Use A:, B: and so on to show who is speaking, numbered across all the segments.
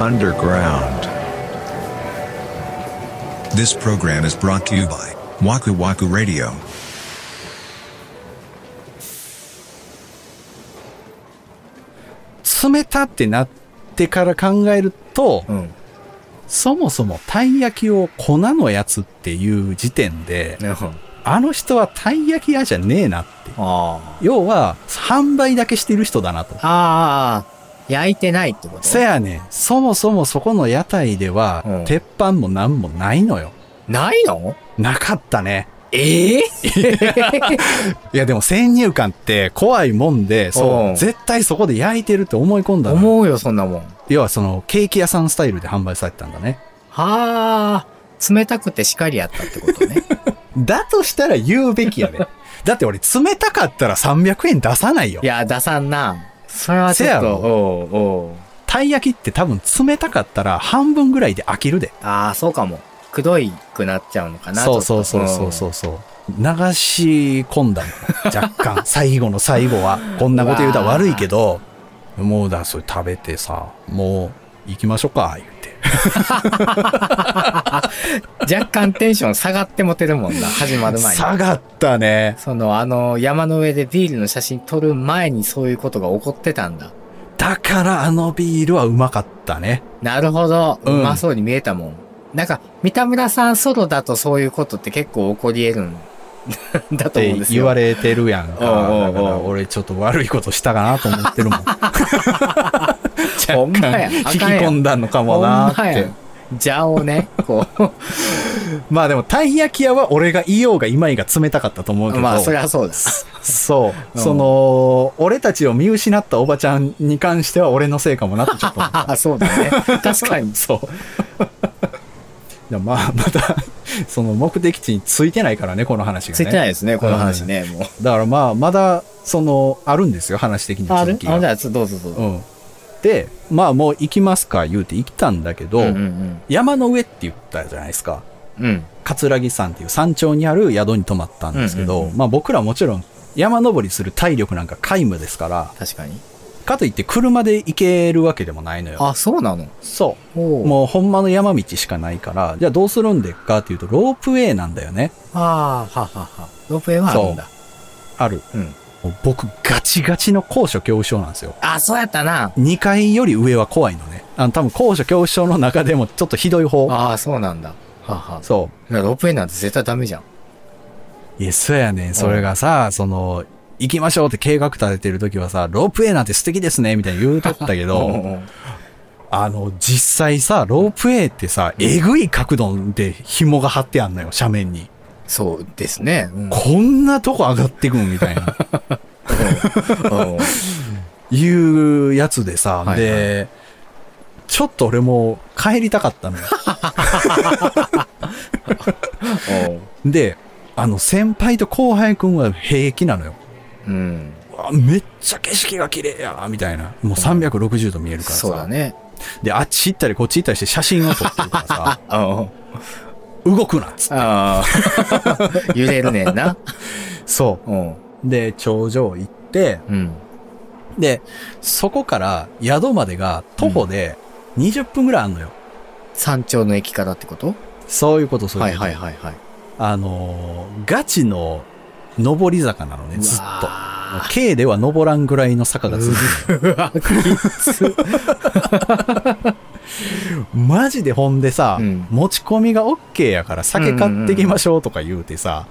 A: underground.
B: This program is brought to you by Waku Waku Radio.
C: 詰めたってなってから考えると、
D: うん。
C: そもそもたい焼きを粉のやつっていう時点で、
D: なるほど。
C: あの人はたい焼き屋じゃねえなって。
D: あ
C: 要は、販売だけしてる人だなと。
D: あ。ああ。焼いてないってこと
C: せやねん、そもそもそこの屋台では、
D: うん
C: 鉄板も何もないのよ。
D: ないの
C: なかったね。
D: ええ
C: いやでも先入観って怖いもんで、
D: う
C: そ
D: ん
C: う、絶対そこで焼いてるって思い込んだの
D: 思うよ、そんなもん。は
C: 要はそのケーキ屋さんスタイルで販売されてたんだね。
D: あ。冷たくてしかりやったってこ とね。
C: だとしたら言うべきや で。だって俺冷たかったら300円出さないよ
D: い。や、出さんな。それはちょっ
C: せや
D: と。
C: ろ
D: おうおう
C: たい焼きって多分冷たかったら半分ぐらいで飽きるで。
D: ああ、そうかも。くどいくなっちゃうのかな。
C: そうそうそうそう
D: う。
C: そうそう。流し込んだの。若 干。最後の最後は。こんなこと言うたら悪いけど、もうだ、それ食べてさ、もう行きましょうか、言って。
D: 若干テンション下がってもてるもんな、始まる前に。
C: 下がったね。
D: その、あの、山の上でビールの写真撮る前にそういうことが起こってたんだ。
C: だからあのビールはうまかったね。
D: なるほど。う
C: うん
D: まそうに見えたもん。なんか、三田村さんソロだとそういうことって結構起こり得るんだ
C: っ
D: と思う
C: て
D: ん ですよ。
C: 言われてるやんか。
D: おうおうお
C: だ
D: う
C: から俺ちょっと悪いことしたかなと思ってるもん。若
D: ほんまや
C: 干引き込んだのか
D: ほ
C: も
D: ん
C: な
D: ま
C: ーって
D: や。。邪をね、こ
C: まあでも、たい焼き屋は俺がいようがいまいが冷たかったと思うけ
D: う、
C: ど。
D: まあ、そりゃそうだ。
C: そうう。
D: ん
C: その、俺たちを見失ったおばちゃんに関しては俺のせいかもなってちょ っと思っ
D: あそうだね。確かに
C: た。。そう。でもまあ、また、その目的地についてないからね、この話がね。
D: ついてないですね、この話ね、もう。
C: だからまあ、まだ、その、あるんですよ、話的に
D: あ
C: 続
D: る
C: きが
D: あ、じゃあ、どうぞどう
C: う
D: ぞ。
C: ん。で、まあもう行きますか、言うて行ったんだけど、
D: うんうん
C: 山の上って言ったじゃないですか。
D: うん。うん。
C: 葛城山っていう山頂にある宿に泊まったんですけど、
D: うんうんうん
C: まあ僕らもちろん山登りする体力なんか皆無ですから、
D: 確かに。
C: かといって車で行けるわけでもないのよ。
D: あ、そうなの
C: そ
D: お
C: う。
D: う
C: もうほんまの山道しかないから、じゃあどうするんでっかっていうと、ロープウェイなんだよね。
D: ああ、ははは。ロープウェイはあるんだ。
C: ある。
D: うん。
C: もう僕ガチガチの高所恐怖症なんですよ。
D: あ、そうやったな。
C: 2階より上は怖いのね。あの多分高所恐怖症の中でもちょっとひどい方。
D: ああ、そうなんだ。はは。
C: そう。
D: いやロープウェイなんて絶対ダメじゃん。
C: いや、そうやねん。それがさ、その、行きましょうって計画立ててる時はさ、ロープウェイなんて素敵ですね、みたいに言うとったけ
D: うんう
C: ど、
D: ん
C: あの、実際さ、ロープウェイってさ、えぐい角度で紐が張ってあんのよ、斜面に。
D: そうですね。うん
C: こんなとこ上がってくんみたい な、
D: うん
C: いうやつでさ、
D: はい
C: で、ちょっと俺もう帰りたかったの よ。で、あの、先輩と後輩くんは平気なのよ。
D: うん。
C: うわめっちゃ景色が綺麗やな、みたいな。もう360度見えるからさ。
D: そうだね。
C: で、あっち行ったりこっち行ったりして写真を撮ってるから さ、
D: あ
C: 動くなっつって。
D: あ。揺れるねんな。
C: そ
D: うん。
C: う。で、頂上行って、
D: うん。
C: で、そこから宿までが徒歩で20分ぐらいあんのよ。
D: 山頂の駅からってこと
C: そういうこと、そう
D: はいいう
C: こと。
D: はいはいはい。
C: あのーガチの上り坂なのね、ずっと。軽では登らんぐらいの坂が続くのよ。
D: うわ、きつ。
C: マジでほんでさ、
D: うん
C: 持ち込みが OK やから酒買ってきましょうとか言うてさ、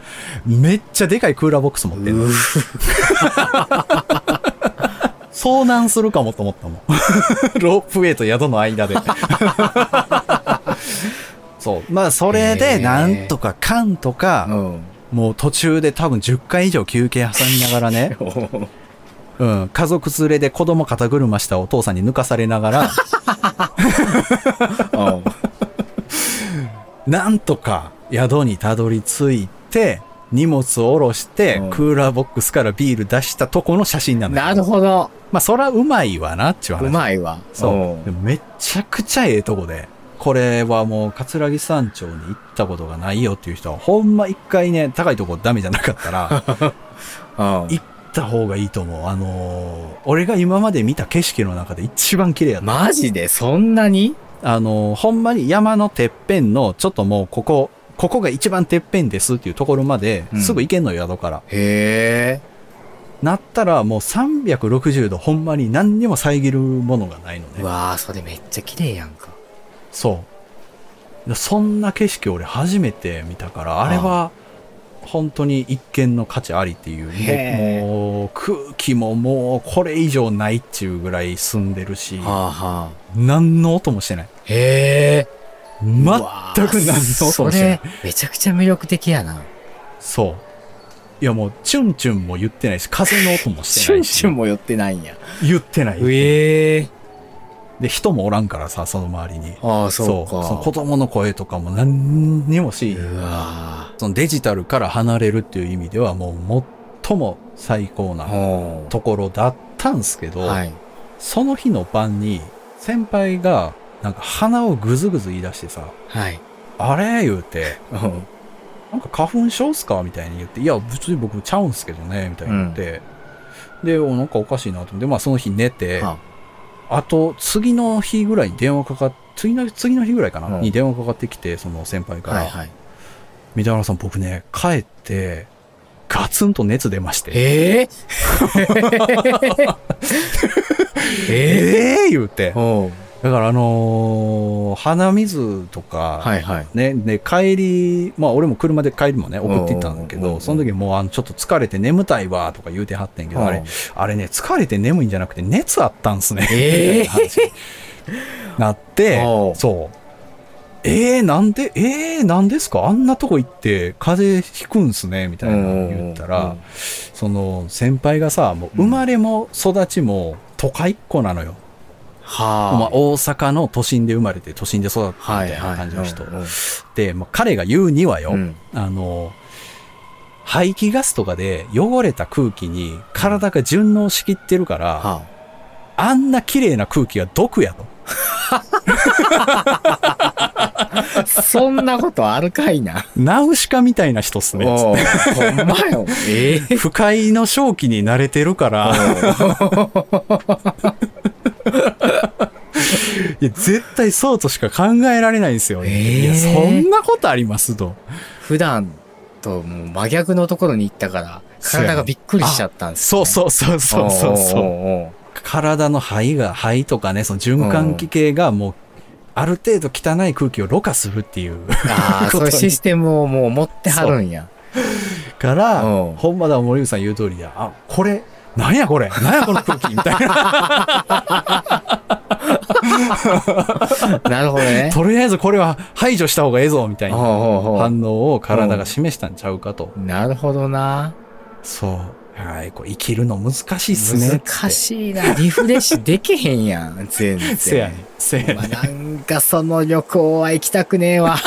C: めっちゃでかいクーラーボックス持ってんの。遭難するかもと思ったもん。ロープウェイと宿の間で。そう。まあ、それ
D: へ
C: で、
D: ー
C: なんとかかんと
D: う
C: か、
D: ん。
C: もう途中で多分10回以上休憩挟みながらね、うん、家族連れで子供肩車したお父さんに抜かされなが ら、
D: うん
C: なんとか宿にたどり着いて、荷物を下ろして、
D: うん
C: クーラーボックスからビール出したとこの写真なんだ
D: な
C: よ
D: るほど。
C: まあ、そらうまいわな、っちゅう話。
D: うまいわ。
C: そう。でもめちゃくちゃええとこで。これはもう、桂木山頂に行ったこと がないよっていう人は、ほんま一回ね、高いとこダメじゃなかったら、
D: うん。うん。
C: 一った方がいいと思う。あのー俺が今まで見た景色の中で一番綺麗やった。
D: マジでそんなに
C: あのーほんまに山のてっぺんの、ちょっともうここ、ここが一番てっぺんですっていうところまで
D: うん
C: すぐ行けんのよ、宿から。
D: へえ。
C: なったらもう360度ほんまに何にも遮るものがないの
D: う
C: ね。
D: わー、それめっちゃ綺麗やんか。
C: そう。そんな景色俺初めて見たから、あれは本当に一見の価値ありっていう、
D: へえ
C: もう空気ももうこれ以上ないっちゅうぐらい澄んでるし、
D: はあはあ。
C: 何の音もしてない。
D: へえ。
C: 全く
D: ま
C: 何の音
D: そ
C: もしてない
D: れ。、めちゃくちゃ魅力的やな。
C: そう。いやもう、チュンチュンも言ってないし、風の音もして
D: シ
C: な
D: ュン
C: いし。
D: シュンも寄ってないんや。
C: 言ってない。
D: ええ。
C: で、人もおらんからさ、その周りに。
D: ああ、そうか。
C: その子供の声とかも何にもし、
D: うわ
C: そのデジタルから離れるっていう意味では、もう最も最高
D: ー。
C: な
D: ほ
C: ところだったんすけど、
D: う。はい。
C: その日の晩に、先輩が、なんか鼻をぐずぐず言い出してさ、
D: はい。
C: あれ言うて、
D: うん
C: なんか花粉症っすかみたいに言って、いや、別に僕ちゃうんすけどね、みたいに言って、で、お、なんかおかしいなと思って、まあその日寝て、
D: あ
C: あと、次の日ぐらいに電話かかって、次の、次の日ぐらいかな、
D: うん
C: に電話かかってきて、その先輩から、
D: はいはい。
C: 三田村さん、僕ね、帰って、ガツンと熱出まして、
D: ええええ
C: ええー、言うて、
D: おう
C: だからあのー鼻水とか、
D: はいはい。
C: ね、で、帰り、まあ俺も車で帰りもね、送っていったんだけ
D: うんうんうんう
C: ど、
D: ん
C: その時もうあの、ちょっと疲れて眠たいわとか言うてはってんけど、あれ、あれね、疲れて眠いんじゃなくて熱あったんすね。
D: えー
C: みたいな話になって
D: お、う
C: そう。えー、なんで、えー、なんですかあんなとこ行って風邪ひくんすねみたいなの言った
D: うんうんう
C: ら
D: ん、
C: その先輩がさ、もう生まれも育ちも都会っ子なのよ。まあ
D: は
C: 大阪の都心で生まれて都心で育ったみ
D: あ。は
C: た
D: い
C: い
D: は。
C: ない感じの人
D: うん。うん
C: で、まあ彼が言うにはよ、
D: うん
C: あの、排気ガスとかで汚れた空気に体が順応しきってるから、
D: は
C: あんな綺麗な空気が毒やと。
D: あ。そんなことあるか いな。
C: ナウシカみたいな人っすね。つっ
D: おうほんまよ。ええ
C: て不快の正気に慣れてるから、いや絶対そうとしか考えられないんですよ、
D: えー
C: いや、そんなことありますと。
D: 普段ともう真逆のところに行ったから、体がびっくりしちゃったんです
C: そうそうそうそうそうそう。
D: う。
C: 体の肺が、肺とかね、その循環器系がもう、ある程度汚い空気をろ過するっていう。
D: ああ、そういうシステムをもう持ってはるんや。
C: から、
D: うん
C: ほんまだ、森口さん言う通りだ。あ、これ、なんやこれなんやこの空気みたいな。
D: なるほど ね。
C: とり あえずこれは排除した方がええぞみたい
D: ほう
C: な
D: ほうほ
C: 反応を体が示したんちゃうかと。
D: う。なるほどな。
C: そう。はい、こう生きるの難しいっすねって。
D: 難しいな。リフレッシュできへんや ん、全然。
C: せやねん。せやねん
D: まあなんかその旅行は行きたくねえわ。
C: もう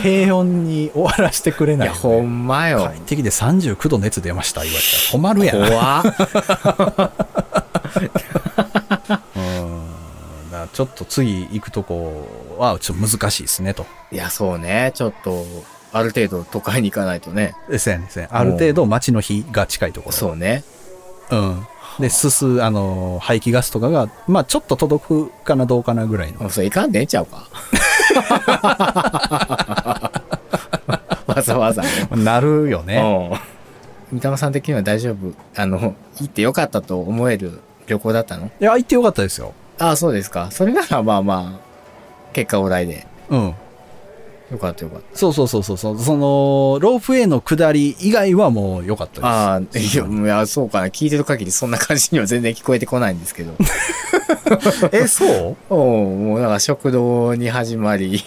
C: 平穏に終わらせてくれ
D: い
C: ない。
D: や、ほんまよ。
C: 快適で39度熱出ました、言われたら。困るやん。
D: 怖っ
C: うんだからちょっと次行くとこはちょっと難しいですねと。
D: いや、そうね。ちょっと、ある程度都会に行かないとね。
C: ですねですね。ある程度街の日が近いところ。
D: そうね。
C: う。ん。で、すす、あの、排気ガスとかが、まあちょっと届くかなどうかなぐらいの。
D: もうそれいかんでええんちゃうか。 わざわざね。
C: なるよね。
D: うん。三玉さん的には大丈夫。あの、行ってよかったと思える旅行だったの
C: いや、行ってよかったですよ。
D: ああ、そうですか。それならまあまあ、結果オーライで。
C: うん。
D: よかったよかっ
C: そうそうそうそうそう。その、ロープウェイの下り以外はもう良かったです。
D: た。ああ、いや、いやそうかな。聞いてる限りそんな感じには全然聞こえてこないんですけど。
C: え、そう
D: おうもうなんか食堂に始まり、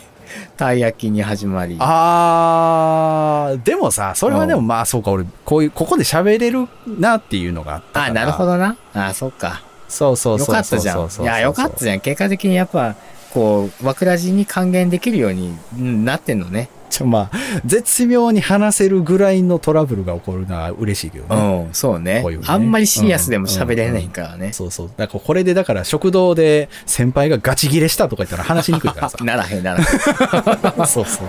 D: たい焼きに始まり。
C: あー、でもさ、それはでもまあそうか、俺、こういう、ここで喋れるなっていうのがあったから。
D: あ、なるほどな。あ、そっか。
C: そうそう
D: よ
C: そう。
D: かったじゃん。いや、よかった
C: じ
D: じゃん。結果的にやっぱ、こう、枕地に還元できるようにうんなってんのね。
C: ゃん。まあ、絶妙に話せるぐらいのトラブルが起こるのは嬉しいけどね。
D: うん、そうね
C: こういうね
D: あんまりシリアスでも喋れないからね。
C: そうそう。だからこれでだから食堂で
D: 。
C: 先輩がガチギレしたとか言ったら話しにくいからさ
D: ならへんならへん。
C: そうそうそう。